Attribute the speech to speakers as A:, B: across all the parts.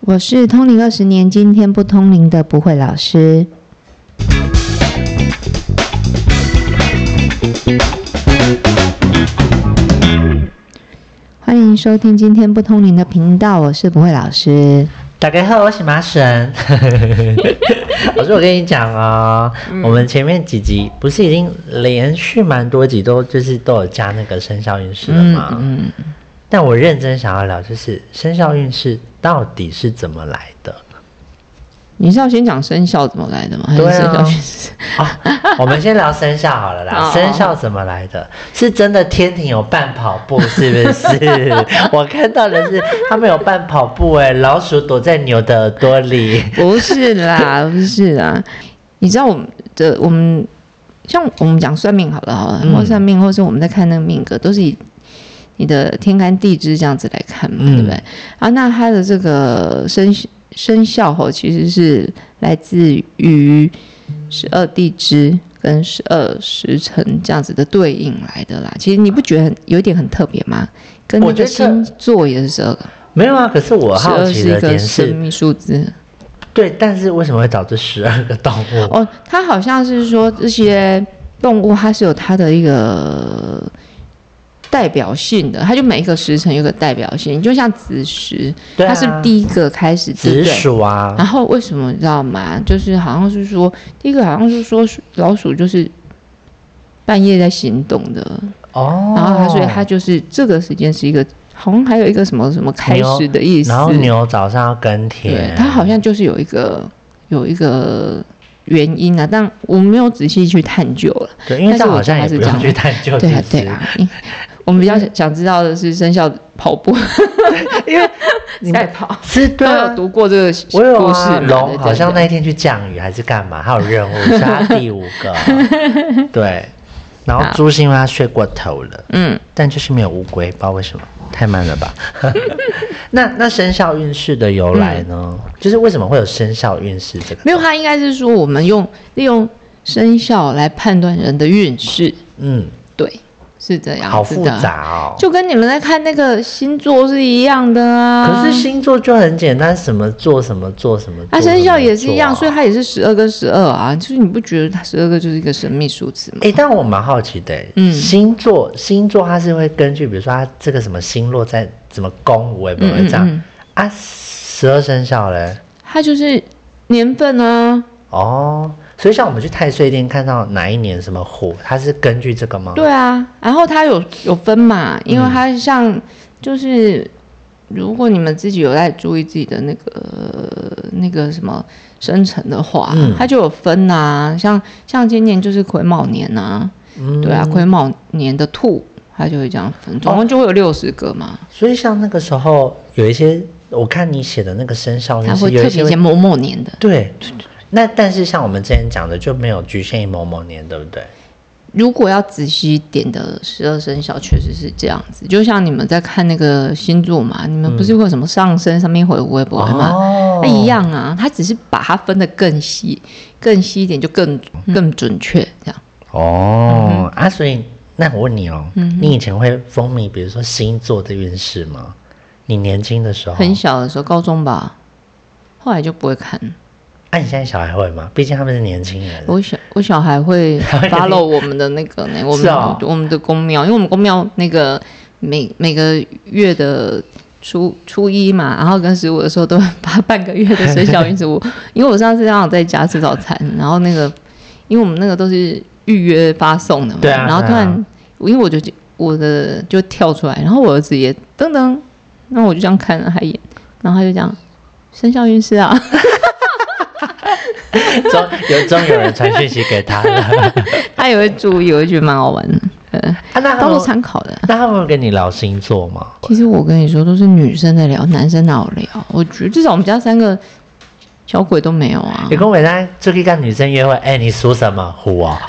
A: 我是通灵二十年，今天不通灵的不会老师。欢迎收听今天不通灵的频道，我是不会老师。
B: 打开后，我是 麻神。老师，我跟你讲哦，
A: 嗯
B: 我们前面几集不是已经连续蛮多集都就是都有加那个生肖运势了吗？
A: 嗯嗯，
B: 但我认真想要聊，就是生肖运势到底是怎么来的？
A: 你是要先讲生肖怎么来的吗？还是
B: 对
A: 生肖
B: 啊
A: 运势？
B: 哦，我们先聊生肖好了啦
A: 哦。
B: 生肖怎么来的？是真的天庭有办跑步是 不是？我看到的是他们有办跑步哎、老鼠躲在牛的耳朵里。
A: 不是啦，不是啦。你知道我们的我们像我们讲算命好了好了，
B: 嗯
A: 或算命，或是我们在看那个命格，都是以你的天干地支这样子来看嘛，
B: 嗯
A: 对不对？啊，那它的这个生生肖吼，其实是来自于十二地支跟十二时辰这样子的对应来的啦。其实你不觉得很有一点很特别吗？跟那
B: 我觉
A: 个
B: 得
A: 星座也是十二个，
B: 没有啊，可是我
A: 十
B: 好
A: 二
B: 奇
A: 是一
B: 的
A: 个
B: 点
A: 神
B: 是，
A: 秘数字。
B: 对，但是为什么会导致十二个动物？
A: 哦，它好像是说这些动物它是有它的一个代表性的，它就每一个时辰有个代表性，就像子时，
B: 对啊
A: 它是第一个开始，对
B: 紫
A: 不对？
B: 薯啊，
A: 然后为什么你知道吗？就是好像是说，第一个好像是说老鼠就是半夜在行动的，
B: 哦，
A: 然后它所以它就是这个时间是一个，好像还有一个什么什么开
B: 牛
A: 始的意思。
B: 然后牛早上要耕
A: 对
B: 田，，
A: 它好像就是有一个有一个原因啊，但我没有仔细去探究了。
B: 对，因为
A: 但是
B: 这
A: 我
B: 好像
A: 觉得它是
B: 也不
A: 这样
B: 用去探究，
A: 对
B: 其
A: 啊，
B: 实
A: 对啊，因我们比较想知道的是生肖跑步
B: 因为你
A: 赛
B: 们
A: 跑，
B: 是
A: 都
B: 对
A: 有
B: 啊。
A: 读过这个
B: 我有
A: 故事
B: 啊
A: 嘛，对
B: 龙
A: 对
B: 好像
A: 对
B: 那一天去降雨还是干嘛，还有任务是他第五 个，对。然后
A: 好
B: 猪是因为它睡过头了，
A: 嗯，
B: 但就是没有乌龟，不知道为什么，太慢了吧？ 那那生肖运势的由来呢？就是为什么会有生肖运势这个？
A: 嗯没有，，它应该是说我们用利用生肖来判断人的运势，
B: 嗯，
A: 对，啊是这样，
B: 好复，杂哦。
A: 就跟你们在看那个星座是一样的啊。
B: 可是星座就很简单，什么座什么座什么座。
A: 它生肖也是一样，啊所
B: 什
A: 以
B: 么座啊
A: 它也是十二跟十二啊。就是你不觉得它十二个就是一个神秘数字吗？
B: 诶，哎但我蛮好奇的、
A: 嗯
B: 嗯，星座星座它是会根据，比如说它这个什么星落在怎么宫，我也不会这样、
A: 嗯嗯
B: 啊。十二生肖嘞，
A: 它就是年份啊，
B: 哦，所以像我们去太岁殿看到哪一年什么火，它是根据这个吗？，
A: 对啊，然后它有有分嘛，
B: 嗯
A: 因为它像就是，如果你们自己有在注意自己的那个那个什么生辰的话，
B: 嗯
A: 它就有分呐、像像今年就是癸卯年呐、
B: 嗯
A: 对啊，癸卯年的兔，它就会这样分，总共就会有六十个嘛，
B: 所以像那个时候有一些，我看你写的那个生肖
A: 它
B: 运
A: 会
B: 势，哦有
A: 特别
B: 一些
A: 写
B: 会
A: 某某年的，
B: 对。那但是像我们之前讲的就没有局限于某某年，对不对？
A: 如果要仔细一点的十二生肖，确实是这样子。就像你们在看那个星座嘛，你们不是会有什么上升、上面回回不回嘛？
B: 哦
A: 那一样啊，它只是把它分得更细、更细一点，就更更准确这样。
B: 哦，啊，所以那我问你哦，
A: 嗯
B: 你以前会风靡，比如说星座的运势吗？你年轻的时候，
A: 很小的时候，高中吧，后来就不会看。
B: 啊，你现在小孩会吗？毕竟他们是年轻人。
A: 我小我小孩 会 follow 我们的那个呢，我们、
B: 是哦
A: 我们的公庙，因为我们公庙那个每每个月的初初一嘛，然后跟十五的时候都会把半个月的生肖运 势，我因为我上次刚好在家吃早餐，然后那个因为我们那个都是预约发送的嘛，
B: 对啊
A: 然后突然、
B: 对啊
A: 因为我就我的就跳出来，然后我儿子也噔噔，那我就这样看了他一眼，然后他就这样生肖运势啊。
B: 终有终于有人传讯息给 他了，
A: 他也会注意，我就觉得蛮好 玩的，呃，
B: 啊、那他
A: 当做
B: 们
A: 参考的。
B: 那他们会跟你聊星座吗？
A: 其实我跟你说，都是女生在聊，男生哪有聊？我觉得至少我们家三个小鬼都没有啊
B: 你。跟伟丹最近跟女生约会，哎、你属什么虎啊？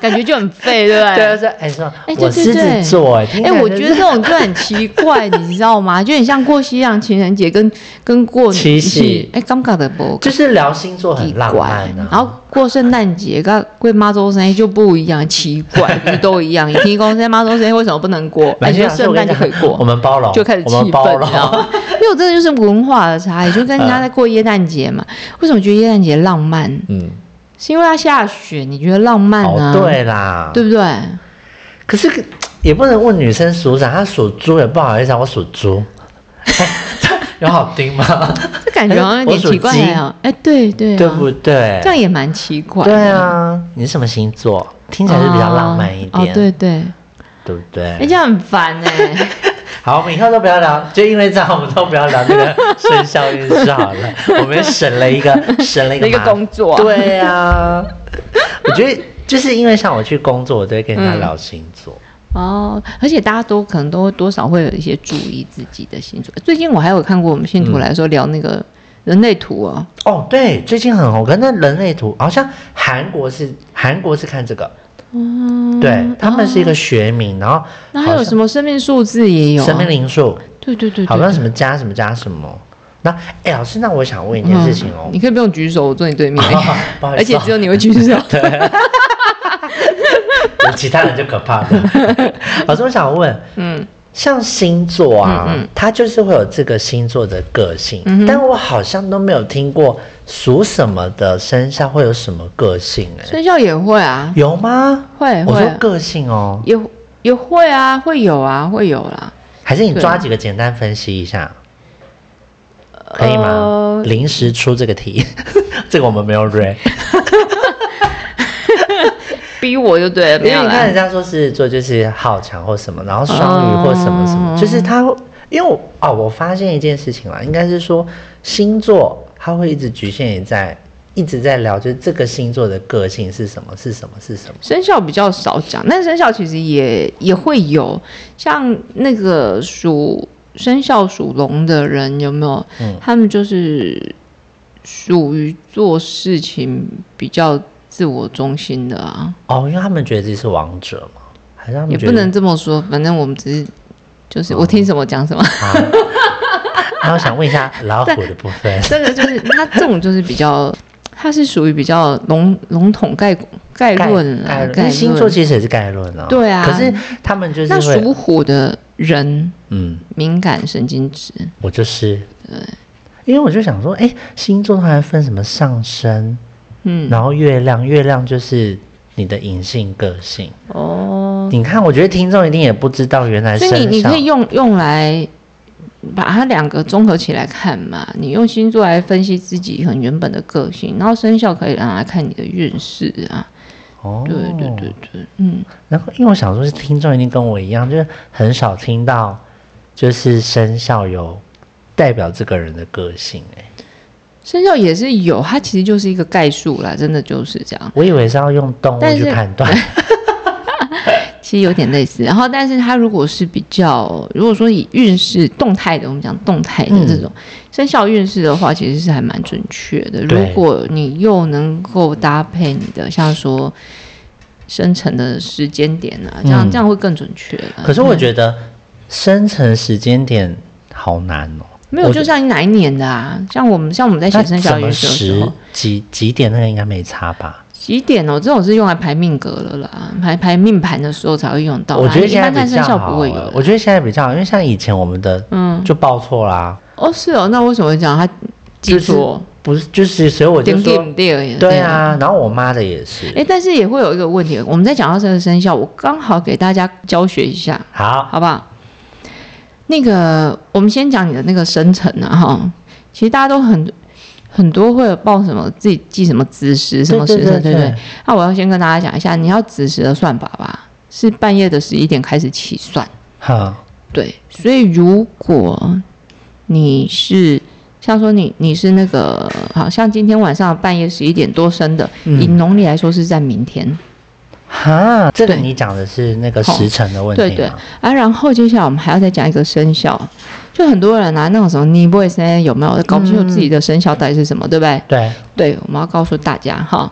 A: 感觉就很废，对不 对？
B: 对啊，说哎说
A: 哎，对
B: 我狮
A: 对对，
B: 子座哎，听起
A: 哎、
B: 来
A: 我
B: 就
A: 觉
B: 是
A: 得这种就很奇怪，你知道吗？就 很像过西洋情人节跟跟过
B: 七
A: 是
B: 夕
A: 哎，尴尬的不？
B: 就是聊星座很浪漫
A: 然
B: 啊。
A: 后过圣诞节跟过妈周生就不一样，奇怪，不是都一样？你听公司妈周生为什么不 能过？哎，
B: 蛮
A: 你
B: 像
A: 说
B: 是
A: 圣
B: 我跟
A: 诞
B: 你
A: 就
B: 讲
A: 可以过，
B: 我们包容，
A: 就开始
B: 哦我们
A: 气
B: 包
A: 愤，你知道
B: 容。
A: 吗？ 因为我真的就是文化的差异，就跟人家在过耶诞节嘛。为什么觉得耶诞节浪漫？
B: 嗯，
A: 是因为它下雪，你觉得浪漫
B: 哦
A: 啊？，
B: 对啦，
A: 对不对？
B: 可是可也不能问女生属啥，她属猪也不好意思啊，我属 猪，哎有好听吗？
A: 这感觉好像有点奇怪
B: 我属鸡
A: 啊！哎，对对啊
B: 对不对
A: 这？样也蛮奇怪的。
B: 对啊，你是什么星座？听起来是比较浪漫一
A: 哦，哦
B: 点，
A: 对对，
B: 对不对？
A: 哎，这样很烦哎。
B: 好，我们以后都不要聊，就因为这样，我们都不要聊那个生肖运势好 了。我们省了一个，省了一个
A: 一个
B: 麻
A: 工作
B: 对啊，我觉得就是因为像我去工作，我都会跟
A: 嗯
B: 人家聊星座。
A: 哦，而且大家都可能都多少会有一些注意自己的星座。最近我还有看过我们信
B: 嗯
A: 徒来说聊那个人类图哦，
B: 哦，对，最近很红，可那人类图好像韩国是韩国是看这个，
A: 嗯，
B: 对他们是一个学名，然后
A: 那还有什
B: 么
A: 么生命数字也有、啊，
B: 生命灵数，
A: 对对嗯对对，
B: 好像什
A: 么
B: 么加什么加什么。那哎，老师，那我想问一件事情哦，
A: 你可以不用举手，我坐你对面，
B: 哦 不好意思哦
A: 而且只有你会举 手。
B: 有其他人就可怕 了。老师，我想问，
A: 嗯，
B: 像星座啊，
A: 嗯嗯
B: 它就是会有这个星座的个性，
A: 嗯哼
B: 但我好像都没有听过属什么的生肖会有什么个性、欸，
A: 生肖也会啊，
B: 有吗？
A: 会啊
B: 我说
A: 会
B: 个性哦，
A: 也也会啊，会有啊，会有啦。
B: 还是你
A: 对
B: 抓几个简单分析一下，可以吗
A: 呃？
B: 临、时出这个题， 这个我们没有 re，
A: 逼我就对了，
B: 因
A: 没
B: 为
A: 有
B: 你看
A: 啦
B: 人。家说狮子座就是好强或什么，然后双鱼或什么什么，
A: 哦
B: 就是他，因为我哦，我发现一件事情啦，应该是说星座它会一直局限于在一直在聊，就是这个星座的个性是什么，是什么，是什么。
A: 生肖比较少讲，但生肖其实也也会有，像那个属生肖属龙的人有没有？
B: 嗯
A: 他们就是属于做事情比较自我中心的啊，
B: 哦，因为他们觉得自己是王者嘛，还是他
A: 也
B: 们觉
A: 不
B: 得哦
A: 能这么说，反正我们只是就是、我听什么讲什 么，
B: 啊？那我想问一下老虎的部分，
A: 这个就是他这种就是比较，他是属于比较笼笼统概概论
B: 概
A: 啦，
B: 论，因
A: 概
B: 为星座
A: 论。
B: 其实也是概论啊。
A: 对啊
B: 可是他们就是
A: 那
B: 会，
A: 属虎的人
B: 嗯，
A: 敏感神经质，
B: 我就是，因为我就想说，哎、星座它还分什么上升，
A: 嗯，
B: 然后月亮，月亮就是你的隐性个性。
A: 哦，
B: 你看，我觉得听众一定也不知道，原来
A: 所以你
B: 生
A: 你
B: 肖
A: 可以用用来把它两个综合起来看嘛。你用星座来分析自己很原本的个性，然后生肖可以让它看你的运势啊。
B: 哦，
A: 对对对。对，嗯，
B: 然后，因为我想说，是听众一定跟我一样，就是很少听到，就是生肖有代表这个人的个性、哎，
A: 生肖也是有，它其实就是一个概述啦，真的就是这样。
B: 我以为是要用动物
A: 但
B: 去
A: 是
B: 判断。
A: 其实有点类似。然后，但是它如果是比较，如果说以运势动态的，我们讲动态的这种、生肖运势的话，其实是还蛮准确的。
B: 对
A: 如果你又能够搭配你的，像说生成的时间点啊，这样、
B: 嗯
A: 这样会更准确啊了。
B: 可是我觉得生成时间点好难哦。
A: 没有，
B: 我
A: 就像你哪一年的啊？像我们像我们在
B: 那
A: 写生肖
B: 怎么
A: 运势的时
B: 十
A: 候，
B: 几几点那个应该没差吧？
A: 几点哦？这种是用来排命格了啦，排排命盘的时候才会用到啦。
B: 我觉得
A: 你一
B: 现在
A: 般看
B: 比
A: 生
B: 较
A: 肖
B: 好
A: 不会有
B: 欸
A: 啦。
B: 我觉得现在比较好，因为像以前我们的
A: 嗯，
B: 就报错啦，
A: 哦是哦，那为什么讲他记
B: 就是
A: 错？
B: 不是就是，所以我就
A: 点
B: 说
A: 点对，
B: 对。啊，然后我妈的也是。
A: 哎，但是也会有一个问题，我们在讲到这个生肖，我刚好给大家教学一下，
B: 好，
A: 好不好？那个，我们先讲你的那个生辰啊，哈，其实大家都很很多会有报什么自己记什么子时什么时辰，对
B: 对
A: 不
B: 对
A: 对？那我要先跟大家讲一下，你要子时的算法吧，是半夜的十一点开始起算。
B: 哼，
A: 对，所以如果你是像说你你是那个，好像今天晚上半夜十一点多生的，
B: 嗯
A: 以农历来说是在明天，
B: 哈，这个
A: 对
B: 你讲的是那个
A: 好
B: 时辰的问
A: 对
B: 题
A: 对
B: 吗？
A: 啊。然后接下来我们还要再讲一个生肖，就很多人啊那种什么你不会生有没有搞不清楚自己的生肖到底是什么，对不对？
B: 对，
A: 对，我们要告诉大家哈，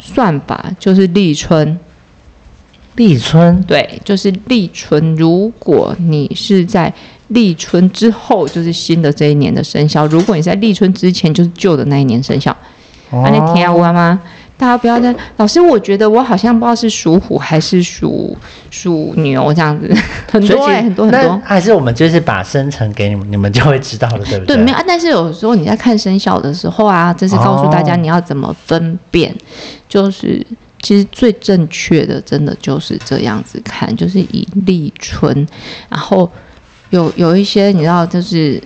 A: 算法就是立春
B: 立春，
A: 对，就是立春。如果你是在立春之后，就是新的这一年的生肖；如果你在立春之前，就是旧的那一年生肖。
B: 哦
A: 啊，那听我吗？大家不要再老师，我觉得我好像不知道是属虎还是属属牛这样子，很
B: 所 以
A: 多
B: 其
A: 哎、
B: 实
A: 很多很
B: 那
A: 多。
B: 还是我们就是把生辰给你们，你们就会知道了，对不
A: 对，没有啊。但是有时候你在看生肖的时候啊，这是告诉大家
B: 哦
A: 你要怎么分辨，就是其实最正确的，真的就是这样子看，就是以立春，然后有有一些你知道，就是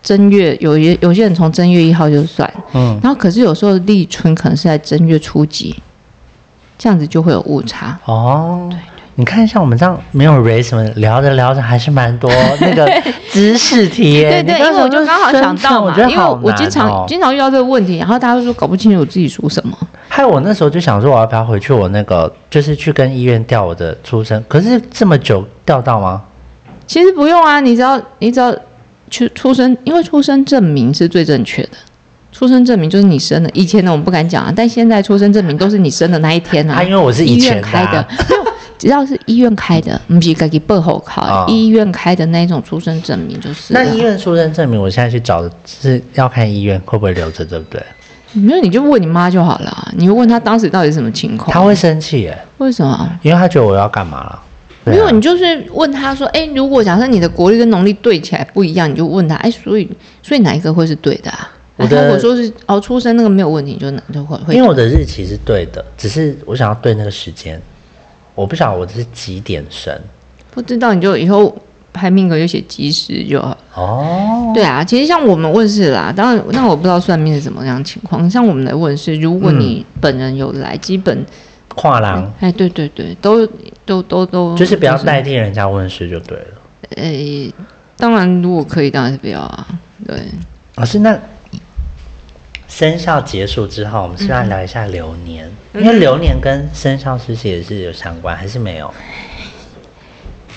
A: 正月有一有些人从正月一号就算，
B: 嗯，
A: 然后可是有时候立春可能是在正月初几，这样子就会有误差。
B: 哦。你看一下，我们这样没有 raise 什么，聊着聊着还是蛮 多那个知识题
A: 对对，
B: 耶。你刚
A: 因
B: 刚
A: 为我就
B: 说
A: 刚好
B: 生
A: 想
B: 辰
A: 到
B: 我
A: 嘛
B: 觉，得
A: 因为
B: 好
A: 我
B: 难
A: 经常、
B: 哦
A: 经常遇到这个问题，然后大家都说搞不清楚自己属什么。
B: 害我那时候就想说，我要不要回去我那个，就是去跟医院调我的出生？可是这么久调到吗？
A: 其实不用啊，你只要你只要去出生，因为出生证明是最正确的。出生证明就是你生的，以前呢我们不敢讲啊，但现在出生证明都是你生的那一天啊。
B: 啊因为我是以
A: 医
B: 前
A: 院
B: 的啊
A: 开的，没有只要是医院开的，不是自己背后考、
B: 哦
A: 医院开的那一种出生证明就是啊了。
B: 那医院出生证明，我现在去找是要看医院会不会留着，对不对？
A: 没有你就问你妈就好了啊，你就问她当时到底是什么情况。
B: 他会生气耶，
A: 为什么？
B: 因为他觉得我要干嘛了。对
A: 没
B: 啊
A: 有，你就是问她说，哎、如果假设你的国力跟农历对起来不一样，你就问她，哎、所以所以哪一个会是对的啊？
B: 我
A: 啊
B: 的
A: 如果说是哦，出生那个没有问题，就哪就会会
B: 因为我的日期是对的，只是我想要对那个时间，我不晓得我是几点生
A: 不知道，你就以后排命格就写吉时就好。
B: 哦。
A: 对啊，其实像我们问世啦，当然那我不知道算命是什么样的情况。像我们来问世，如果你本人有来，基本
B: 跨栏
A: 哎，对对对，都都都都
B: 嗯就是不要
A: 都
B: 代替人家问事就对了。
A: 哎，当然如果可以，当然是不要啊。对，
B: 老师，哦那生肖结束之后，我们是不是要聊一下流年？因为流年跟生肖其实也是有相关，还是没有？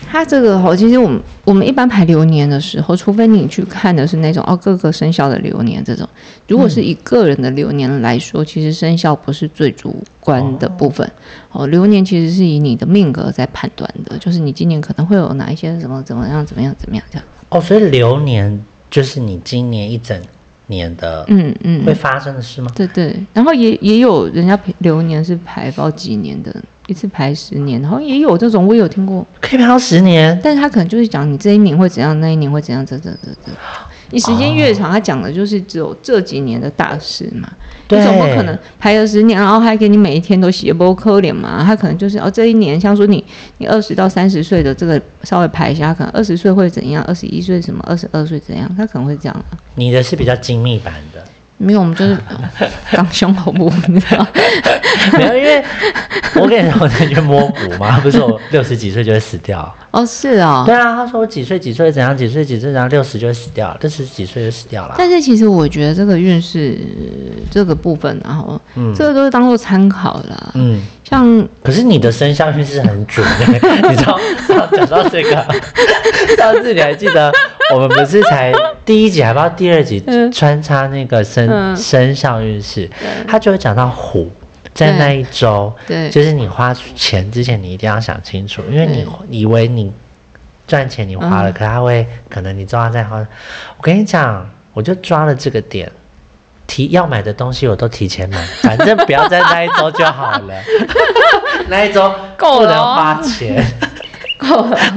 A: 它这个哈，其实我们我们一般排流年的时候，除非你去看的是那种哦各个生肖的流年这种，如果是以个人的流年来说，其实生肖不是最主观的部分哦。流年其实是以你的命格在判断的，就是你今年可能会有哪一些什么怎么样怎么样怎么样这样。
B: 哦，所以流年就是你今年一整年的
A: 嗯嗯，
B: 会发生的事吗？
A: 对对，然后也也有人家流年是排包几年的，一次排十年，然后也有这种我也有听过，
B: 可以排到十年，
A: 但是他可能就是讲你这一年会怎样，那一年会怎样，这这这这。你时间越长，他讲的就是只有这几年的大事嘛。你
B: 对
A: 总不可能排了十年，然后还给你每一天都写波科脸嘛？他可能就是哦，这一年像说你你二十到三十岁的这个稍微排一下，可能二十岁会怎样，二十一岁什么，二十二岁怎样，他可能会这样、啊。
B: 你的是比较精密版 的。
A: 没有，我们就是港胸口部，你知道？
B: 没有，因为我跟你说，我在去摸骨 嘛，不是我六十几岁就会死掉。
A: 哦，是哦。
B: 对啊，他说我几岁几岁怎样，几岁几岁怎样，六十就会死掉，六十几岁就死掉了。
A: 但是其实我觉得这个运势呃这个部分、啊，然后、这个都是当做参考啦。
B: 嗯，
A: 像
B: 可是你的生肖运势很准 欸你知道？讲到这个， 上次你还记得我们不是才第一集，还不知道第二集
A: 嗯
B: 穿插那个生、
A: 嗯
B: 生肖运势，他就会讲到虎。在那一周，
A: 对嗯
B: 就是你花钱之前，你一定要想清楚，因为你以为你赚钱你花了，可他会可能你之后再花。我跟你讲，我就抓了这个点，提要买的东西我都提 前买，反正不要在那一周就好了。那一周
A: 够
B: 不
A: 了
B: 能
A: 哦
B: 花 钱，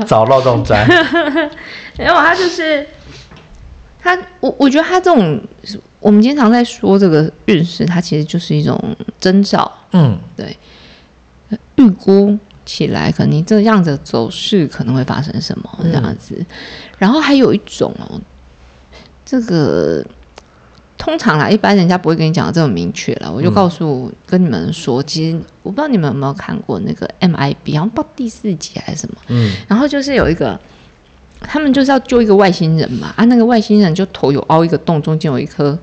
B: 找漏洞钻。
A: 然后他就是他，我我觉得他这种，我们经常在说这个运势，它其实就是一种征兆，
B: 嗯，
A: 对，呃预估起来可能你这样子的走势可能会发生什么这样子。然后还有一种哦，这个通常啦，一般人家不会跟你讲的这么明确了。我就告诉、跟你们说，其实我不知道你们有没有看过那个 MIB，好像到第四集还是什么，
B: 嗯，
A: 然后就是有一个。他们就是要救一个外星人嘛，啊，那个外星人就头有凹一个洞，中间有一颗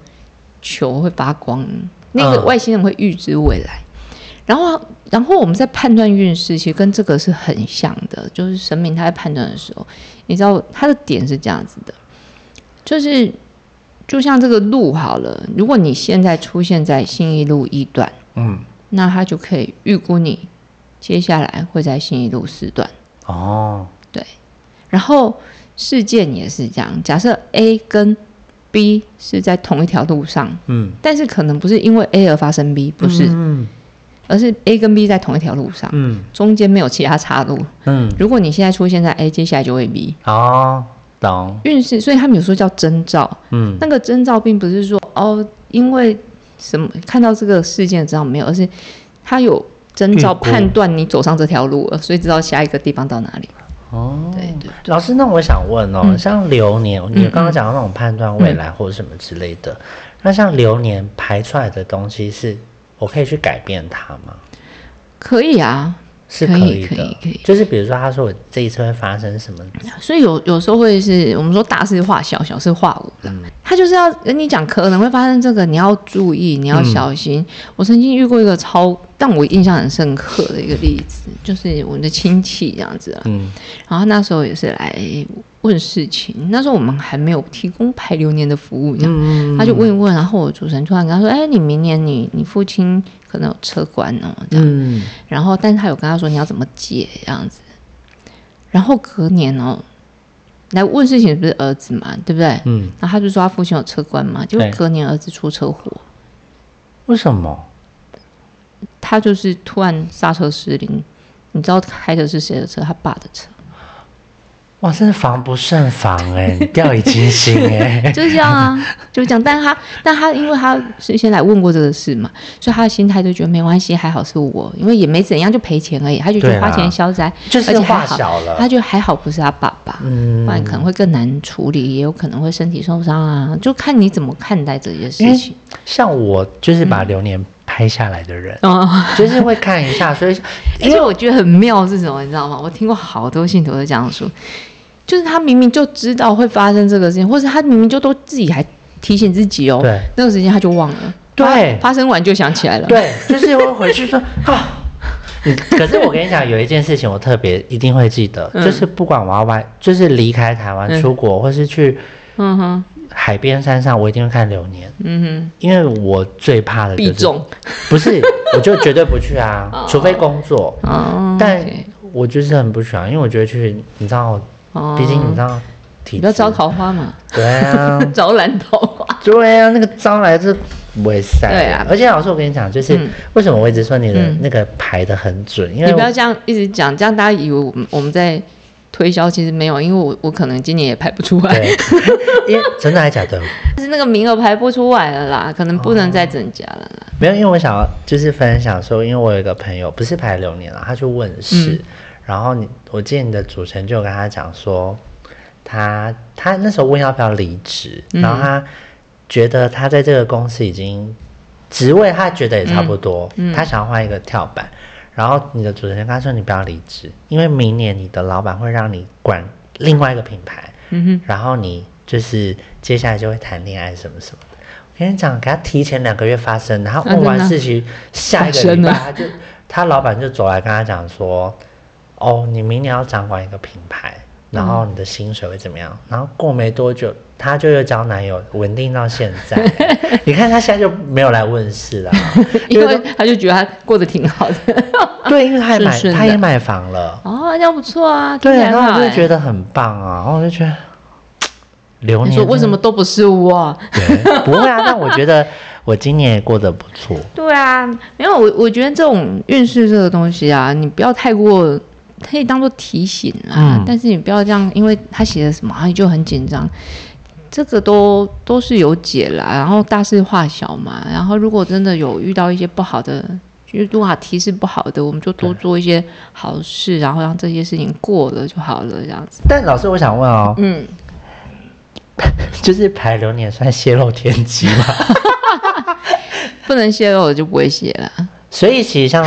A: 球会发光，那个
B: 嗯
A: 外星人会预知未来。然后，然后我们在判断运势，其实跟这个是很像的，就是神明他在判断的时候，你知道他的点是这样子的，就是就像这个路好了，如果你现在出现在信义路一段，
B: 嗯，
A: 那他就可以预估你接下来会在新一路四段。
B: 哦，
A: 对，然后事件也是这样。假设 A 跟 B 是在同一条路上，
B: 嗯，
A: 但是可能不是因为 A 而发生 B，不是，
B: 嗯
A: 而是 A 跟 B 在同一条路上，
B: 嗯
A: 中间没有其他岔路。
B: 嗯，
A: 如果你现在出现在 A，接下来就会 B。
B: 哦，懂，
A: 运势，所以他们有时候叫征兆。
B: 嗯
A: 那个征兆并不是说哦，因为什么看到这个事件的征兆没有，而是他有征兆
B: 预估
A: 判断你走上这条路了，所以知道下一个地方到哪里。
B: 哦，
A: 对对
B: 老师，那我想问哦，
A: 嗯
B: 像流年，你刚刚讲到那种判断未来或者什么之类的，那像流年排出来的东西是，我可以去改变它吗？
A: 可以啊，
B: 是
A: 可以
B: 以的，
A: 可以可以
B: 就是比如说，他说我这一次会发生什么，
A: 所以有有时候会是我们说大事化小，小事化无
B: 嗯
A: 啦。他就是要跟你讲可能会发生这个，你要注意，你要小心。
B: 嗯
A: 我曾经遇过一个超让我印象很深刻的一个例子，就是我们的亲戚这样子啊。
B: 嗯
A: 然后那时候也是来哎问事情，那时候我们还没有提供排流年的服务，这样、
B: 嗯
A: 他就问一问，然后我主持人突然跟他说：“哎，你明年你你父亲可能有车关哦。”这样，
B: 嗯，
A: 然后，但是他有跟他说你要怎么解这样子。然后隔年哦，来问事情的不是儿子嘛，对不对？
B: 嗯，
A: 然后他就说他父亲有车关嘛，结果
B: 对
A: 隔年儿子出车祸，
B: 为什么？
A: 他就是突然刹车失灵。你知道开的是谁的车？他爸的车，
B: 哇，真是防不胜防哎、 你掉以轻心哎、
A: 就是这样 啊，就是这样。但他，但他，因为他事先来问过这个事嘛，所以他的心态就觉得没关系，还好是我，因为也没怎样，就赔钱而已。他就觉
B: 对
A: 得
B: 啊
A: 花钱消灾，
B: 就是
A: 而且还
B: 化
A: 好
B: 小了
A: 他就还好不是他爸爸，
B: 嗯
A: 不然可能会更难处理，也有可能会身体受伤啊，就看你怎么看待这件
B: 因
A: 事
B: 为
A: 情。
B: 像我就是把流年拍下来的人，
A: 哦，
B: 就是会看一 下，所以
A: 而且我觉得很妙是什么，你知道吗？我听过好多信徒都这样说，就是他明明就知道会发生这个事情，或者他明明就都自己还提醒自己哦，
B: 对，
A: 那个时间他就忘了，
B: 对
A: 发发生完就想起来了，，
B: 对，就是会回去 说啊。你可是我跟你讲，有一件事情我特别一定会记得，
A: 嗯
B: 就是不管我要外，就是离开台湾
A: 嗯
B: 出国，或是去
A: 嗯哼，
B: 海边山上，我一定会看流年，
A: 嗯
B: 因为我最怕的
A: 哼，
B: 就
A: 必
B: 是
A: 中，
B: 不是，我就绝对不去啊
A: 哦，
B: 除非工作。
A: 哦，
B: 但
A: OK
B: 我就是很不喜欢，因为我觉得去，你知道，
A: 哦
B: 毕竟你知道体
A: 你不要
B: 质
A: 招桃花嘛，
B: 对 啊，
A: 招兰桃花，
B: 对啊，那个招来是不会塞。
A: 对啊
B: 而且老师，我跟你讲，就是
A: 嗯
B: 为什么我一直说你的
A: 嗯
B: 那个排的很准，因
A: 你
B: 为
A: 不要这样一直讲，这样大家以为我们我们在推销，其实没有，因为我我可能今年也排不出来。
B: 对， 因为真的还假的？
A: 但是那个名额排不出来了啦，可能不能再增加了啦。
B: 没有，因为我想要就是分享说，因为我有一个朋友不是排流年了，他去问世，
A: 嗯
B: 然后你我记得你的主持人就有跟他讲说，他他那时候问要不要离职，
A: 嗯
B: 然后他觉得他在这个公司已经职位他觉得也差不多，
A: 嗯嗯
B: 他想要换一个跳板，然后你的主持人跟他说你不要离职，因为明年你的老板会让你管另外一个品牌，
A: 嗯哼，
B: 然后你就是接下来就会谈恋爱什么什么的。我跟你讲，给他提前两个月发生，然后问完事情，下一个礼
A: 发生
B: 拜
A: 了
B: 他就他老板就走来跟他讲说，哦，你明年要掌管一个品牌，然后你的薪水会怎么样？然后过没多久，他就又交男友，稳定到现在。 你看他现在就没有来问世 了，
A: 因
B: 因
A: 为
B: 为
A: 他就觉得他过得挺好的。
B: 对，因为他也买
A: 顺顺的
B: 他也买房了，
A: 哦，这样不错啊，
B: 对，然
A: 我
B: 后我就觉
A: 得。
B: 得很棒啊，然后我就觉得流
A: 哎你
B: 年
A: 说嗯为
B: 真的
A: 什么都不是我？
B: 对，不会啊。 但我觉得我今年也过得不错。
A: 对啊，没有我，我觉得这种运势这个东西啊，你不要太过，可以当做提醒啦。
B: 嗯
A: 但是你不要这样，因为他写的什么，啊然后你就很紧张。这个都都是有解啦，然后大事化小嘛。然后如果真的有遇到一些不好的，就是如果提示不好的，我们就多做一些好事，然后让这些事情过了就好了，这样子。
B: 但老师，我想问哦，
A: 嗯，
B: 就是排流年算泄露天机吗？
A: 不能泄露我就不会写了。
B: 所以其实像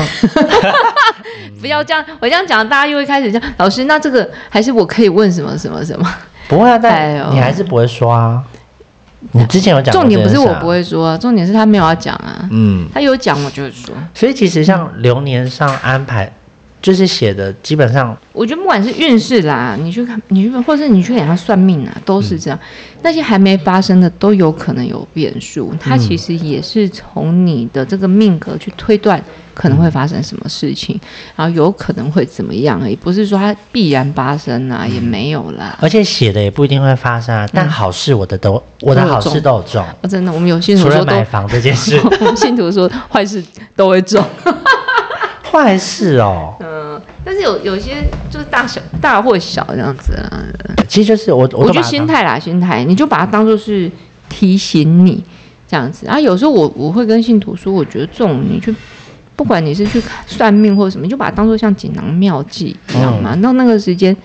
A: 不要这样，我这样讲，大家又会开始这样。老师，那这个还是我可以问什么什么什么？
B: 不会啊，
A: 哎呦
B: 但你还是不会说啊。你之前有讲过
A: 重点不是
B: 这件事
A: 我
B: 啊
A: 不，会说啊，重点是他没有要讲啊。
B: 嗯。
A: 他有讲我就会说。
B: 所以其实像流年上安排，就是写的基本上，
A: 我觉得不管是运势啦，你去看，你去，或是你去给他算命啊，都是这样。那些还没发生的都有可能有变数，它其实也是从你的这个命格去推断，可能会发生什么事情，然后有可能会怎么样而已，不是说它必然发生
B: 嗯
A: 啊，也没有啦。
B: 而且写的也不一定会发生啊，
A: 嗯
B: 但好事我的都我的好事都有中，
A: 哦真的，我们有信徒
B: 除了
A: 说都
B: 买，房这 件事，
A: 我们信徒说坏事都会中。
B: 坏事哦，
A: 嗯，但是有有些就是大小大或小这样子啊。
B: 其实就是我我
A: 我觉
B: 都把
A: 得
B: 它
A: 心
B: 当
A: 态啦，心态，你就把它当做是提醒你这样子。啊，有时候我我会跟信徒说，我觉得这种你去，不管你是去看算命或者什么，你就把它当做像锦囊妙计一样
B: 嗯
A: 嘛。到那个时间，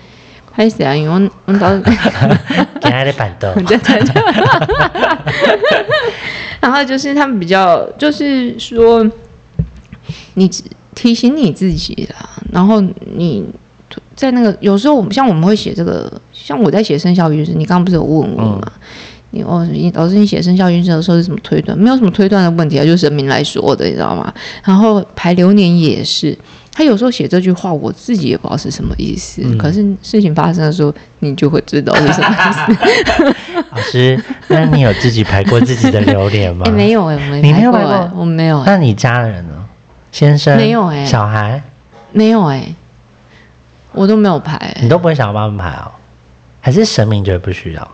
A: 拍谁啊？因为我们到，
B: 给他的板凳
A: 对对对，然后就是他们比较，就是说，你只提醒你自己啦，然后你在那个有时候我们像我们会写这个，像我在写生肖运势，你刚刚不是有问我吗？你哦，你老师，你写生肖运势的时候是怎么推断？没有什么推断的问题啊，就是神明来说的，你知道吗？然后排流年也是，他有时候写这句话，我自己也不知道是什么意思，可是事情发生的时候，你就会知道是什么意思。
B: 老师， 那你有自己排过自己的榴莲吗
A: 哎、？没有哎、我没
B: 你
A: 拍
B: 没有
A: 过、
B: 拍
A: 哎，
B: 过
A: 我没有、哎，
B: 那你家人呢？先生
A: 没有欸
B: 小孩
A: 没有哎、我都没有拍、哎
B: 你都不会想要帮他们排哦？还是神明觉得不需要？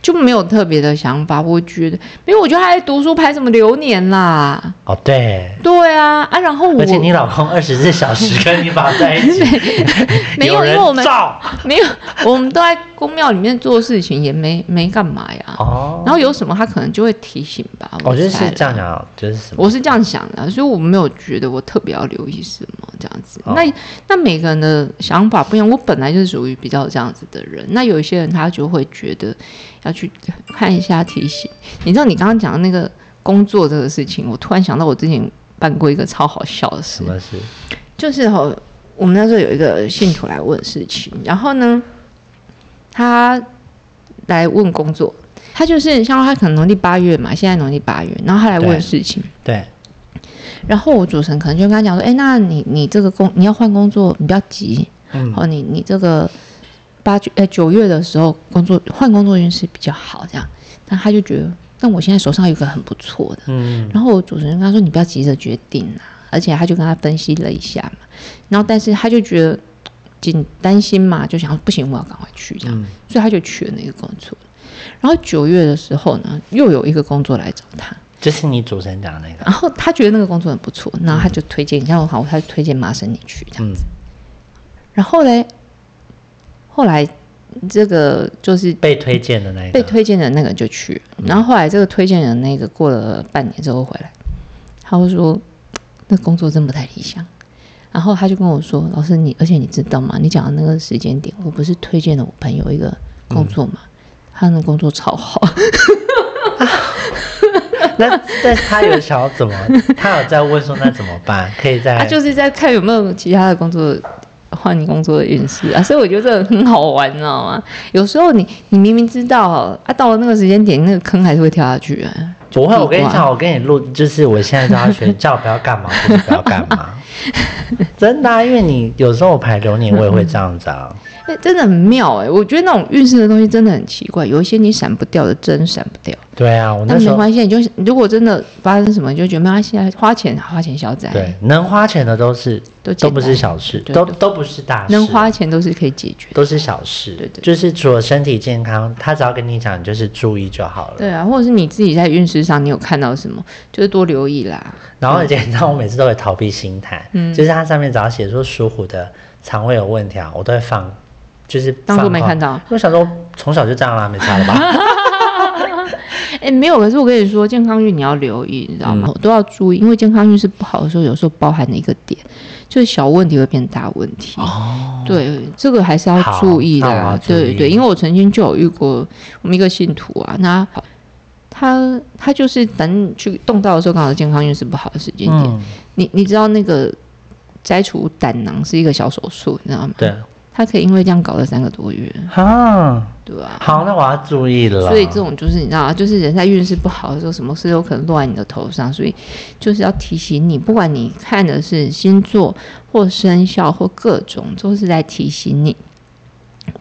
A: 就没有特别的想法。我觉得，因为我觉得他在读书拍什么流年啦，
B: 哦，对，
A: 对啊啊，然后我
B: 而且你老公二十四 小时跟你绑在一起，
A: 没有
B: 人
A: 因为我们
B: 照
A: 没有，我们都在公庙里面做事情，也没没干嘛呀。
B: 哦，
A: 然后有什么他可能就会提醒吧。
B: 我觉得
A: 猜
B: 是
A: 啦
B: 这样讲，就是什么？
A: 我是这样想的啊，所以我没有觉得我特别要留意什么这样子。
B: 哦
A: 那那每个人的想法不一样，我本来就是属于比较这样子的人。那有一些人他就会觉得要去看一下提醒。你知道你刚刚讲的那个工作这个事情，我突然想到我之前办过一个超好笑的事
B: 什，么是？
A: 嗯就是哈、我们那时候有一个信徒来问事情，然后呢，他来问工作，他就是像他可能农历八月嘛，现在农历八月，然后他来
B: 对
A: 问事情。
B: 对，
A: 然后我主持人可能就跟他讲说，哎，那你你这个工你要换工作，你不要急，
B: 嗯
A: 哦，你你这个八九哎九月的时候工作换工作运势比较好，这样，但他就觉得，但我现在手上有一个很不错的，
B: 嗯，
A: 然后我主持人跟他说：“你不要急着决定啊。”而且他就跟他分析了一下嘛，然后但是他就觉得紧担心嘛，就想不行，我要赶快去这样，
B: 嗯
A: 所以他就去了那个工作。然后九月的时候呢，又有一个工作来找他，
B: 就是你主持人讲的那个，
A: 然后他觉得那个工作很不错，然后他就推荐，像我好，他就推荐麻省你去这样。
B: 嗯，
A: 然后嘞，后来这个就是
B: 被推荐的那一个，
A: 被推荐的那个就去了，然后后来这个推荐人那个过了半年之后回来，他就说那工作真不太理想，然后他就跟我说，老师你，而且你知道吗？你讲的那个时间点，我不是推荐了我朋友一个工作嘛，他那工作超好，
B: 那但是他有想要 怎么？他有在问说那怎么办？可以
A: 他
B: 在
A: 啊就是在看有没有其他的工作。换工作的运势啊，所以我觉得这个很好玩，你知道吗？有时候你你明明知道啊，到了那个时间点，那个坑还是会跳下去、啊。
B: 不会，
A: 就
B: 我跟你
A: 地瓜
B: 讲，我跟你录，就是我现在都要学，叫我不要干嘛， 就是不要干 嘛。真的啊、因为你有时候我排流年，我也会这样子啊。
A: 哎、真的很妙哎、我觉得那种运势的东西真的很奇怪，有一些你闪不掉的，真闪不掉。
B: 对啊，我那
A: 但
B: 时
A: 没
B: 候
A: 关系，你就如果真的发生什么，你就觉得没关系啊，花钱花钱消灾，
B: 对能花钱的都是
A: 都简单
B: 都不是小事，
A: 对
B: 都
A: 对
B: 都不是大事，
A: 能花钱都是可以解决的。
B: 都是小事。
A: 对对
B: 就是除了身体健康，他只要跟你讲，你就是注意就好了。
A: 对啊，或者是你自己在运势上你有看到什么，就是多留意啦。
B: 然后而且你知道，我每次都会逃避心态，
A: 嗯
B: 就是它上面只要写说属虎的肠胃有问题啊，我都会放，就是
A: 当作
B: 放
A: 没
B: 空
A: 看到
B: 因为我想说从小就这样啦，没差 了吧？
A: 哎，没有，可是我跟你说，健康运你要留意，你知道
B: 嗯
A: 吗？都要注意，因为健康运势不好的时候，有时候包含的一个点就是小问题会变大问题。
B: 哦，
A: 对，这个还是要
B: 好
A: 注意
B: 那我要
A: 啦。
B: 注
A: 对
B: 意
A: 对，因为我曾经就有遇过我们一个信徒啊，那他他就是反正去动到的时候，刚好是健康运势不好的时间点。
B: 嗯，
A: 你你知道那个摘除胆囊是一个小手术，你知道吗？
B: 对，
A: 他可以因为这样搞了三个多月，
B: 啊，
A: 对啊？
B: 好，那我要注意了。
A: 所以这种就是你知道啊，就是人在运势不好的时候，什么事都可能落在你的头上，所以就是要提醒你，不管你看的是星座或生肖或各种，都是在提醒你。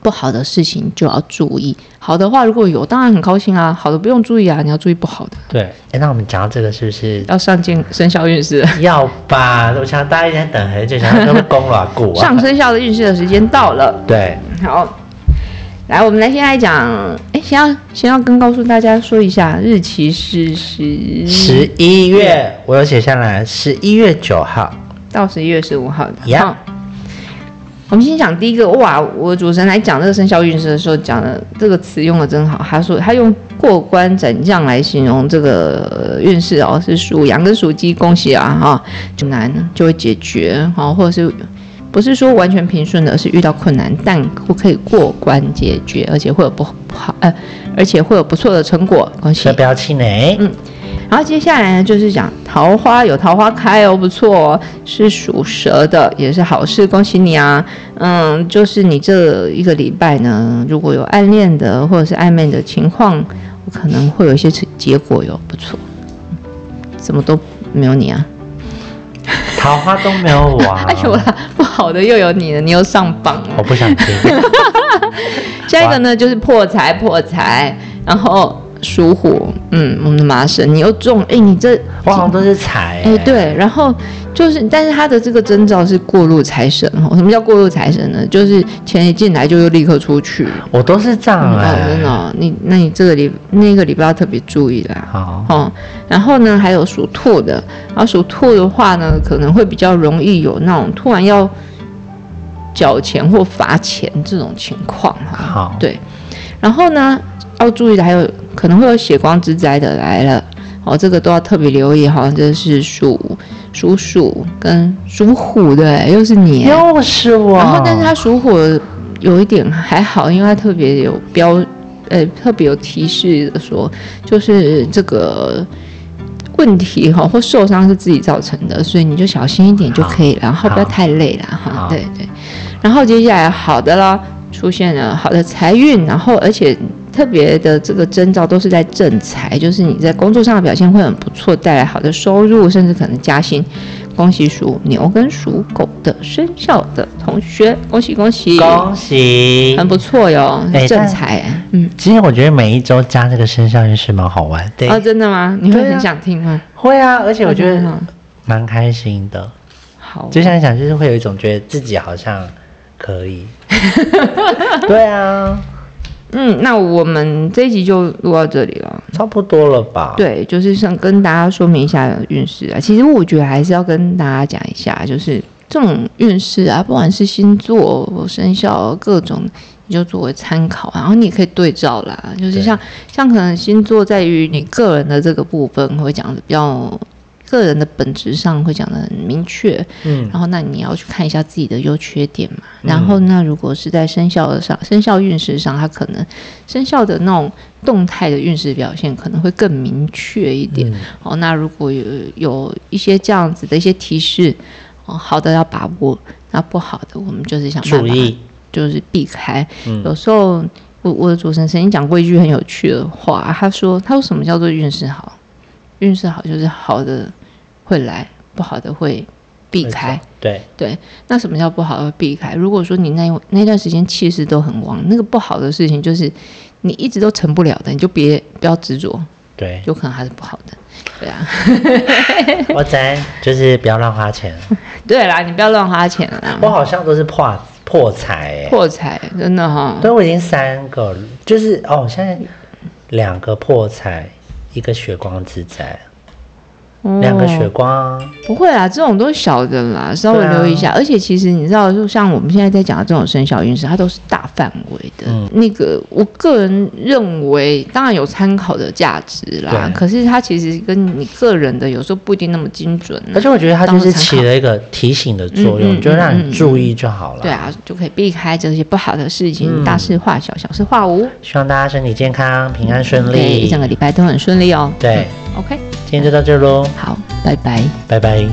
A: 不好的事情就要注意。好的话，如果有，当然很高兴啊。好的不用注意啊，你要注意不好的，
B: 对，哎，那我们讲到这个是不是
A: 要上进生肖运势。
B: 要吧？我想大家一直在等很久，想说会不会公了过啊
A: 上？生肖的运势的时间到了，
B: 对，
A: 好，来，我们来先来讲，哎，先要先要跟告诉大家说一下，日期是十
B: 十一月我有写下来，十一月九号，
A: 到十一月十五号的。
B: Yeah
A: 好，我们先讲第一个，哇，我主持人来讲这个生肖运势的时候，讲的这个词用的真好。他说他用过关斩将来形容这个呃运势哦，是属羊跟属鸡，恭喜啊哈，就难就会解决哦，或者是。不是说完全平顺的，而是遇到困难，但可以过关解决，而且会有不不好，呃，而且会有不错的成果，恭喜
B: 所以！不要气馁。
A: 嗯然后接下来呢，就是讲桃花有桃花开哦，不错哦，是属蛇的，也是好事，恭喜你啊！嗯，就是你这一个礼拜呢，如果有暗恋的或者是暧昧的情况，可能会有一些结果哟，不错。怎么都没有你啊？
B: 桃花都没有我、啊，
A: 哎呦啦，不好的又有你了，你又上榜了。
B: 我不想 听。
A: 下一个呢就是破财破财，然后属虎，嗯，我们的麻绳你又中，哎，你这
B: 我好像都是欸财、
A: 哎、对，然后就是，但是他的这个征兆是过路财神哦。什么叫过路财神呢？就是钱一进来就又立刻出去。
B: 我都是这样
A: 嗯
B: 哎、
A: 哦，真的、哦，你那你这个礼那个礼拜要特别注意啦。
B: 好，
A: 哦，然后呢，还有属兔的，然后属兔的话呢，可能会比较容易有那种突然要缴钱或罚钱这种情况哈。
B: 好
A: 对，然后呢，要注意的还有可能会有血光之灾的来了，哦，这个都要特别留意哈。这是属属鼠跟属虎的欸，又是你欸。
B: 又是我。
A: 然后，但是它属火有一点还好，因为它特别有标，呃，特别有提示的说，就是这个问题哈、或受伤是自己造成的，所以你就小心一点就可以了，然后不要
B: 好
A: 太累了哈
B: 好。
A: 对对。然后接下来好的啦，出现了好的财运，然后而且特别的这个征兆都是在正财，就是你在工作上的表现会很不错，带来好的收入，甚至可能加薪。恭喜属牛跟属狗的生肖的同学，恭喜恭喜，
B: 恭喜。
A: 很不错哟，
B: 哎
A: 正
B: 但
A: 财，嗯，
B: 其实我觉得每一周加这个生肖运势蛮好玩的、
A: 啊，真的吗？你会
B: 对啊
A: 很想听吗？
B: 会啊，而且我觉
A: 啊真的
B: 得
A: 吗
B: 蛮开心的。
A: 好，
B: 就像想，就是会有一种觉得自己好像可 以。对啊，
A: 嗯，那我们这一集就录到这里了。
B: 差不多了吧？，
A: 对，就是想跟大家说明一下运势啊。其实我觉得还是要跟大家讲一下，就是这种运势啊，不管是星座、生肖啊各种，你就作为参考，然后你也可以对照啦。就是
B: 对
A: 像像可能星座在于你个人的这个部分会讲的比较。个人的本质上会讲的很明确，
B: 嗯，
A: 然后那你要去看一下自己的优缺点嘛。然后那如果是在生肖的上，生肖运势上，它可能生肖的那种动态的运势表现可能会更明确一点。
B: 嗯
A: 哦，那如果有有一些这样子的一些提示，哦，好的要把握，那不好的我们就是想办
B: 注
A: 法
B: 意，
A: 就是避开。
B: 嗯
A: 有时候我我的主持人曾经讲过一句很有趣的话，他说他说什么叫做运势好？运势好就是好的会来，不好的会避开。，
B: 对，
A: 对，那什么叫不好的避开？如果说你那那段时间气势都很旺，那个不好的事情就是你一直都成不了的，你就别不要执着，
B: 对，
A: 有可能还是不好的。对啊，
B: 我真就是不要乱花钱。
A: 对啦，你不要乱花钱
B: 我
A: 啦，
B: 好像都是破破财哎、
A: 破财真的哈、
B: 对，我已经三个了，就是哦，现在两个破财，一个血光之灾，
A: 哦
B: 两个血光，
A: 不会啊，这种都是小的啦，稍微
B: 对啊
A: 留意一下。而且其实你知道，就像我们现在在讲的这种生肖运势，它都是大范围的。
B: 嗯
A: 那个，我个人认为，当然有参考的价值啦
B: 对，
A: 可是它其实跟你个人的有时候不一定那么精准、啊。
B: 而且我觉得它
A: 当
B: 就
A: 做
B: 是
A: 参
B: 起
A: 考
B: 了一个提醒的作用，
A: 嗯嗯
B: 就让
A: 嗯嗯
B: 你注意就好了。
A: 对啊，就可以避开这些不好的事情，
B: 嗯
A: 大事化小，小事化无，
B: 希望大家身体健康、平安顺
A: 对，一
B: 利
A: 整。个礼拜都很顺利哦。
B: 对，
A: ，OK，
B: 今天就到这喽，
A: 好，拜拜。
B: 拜拜。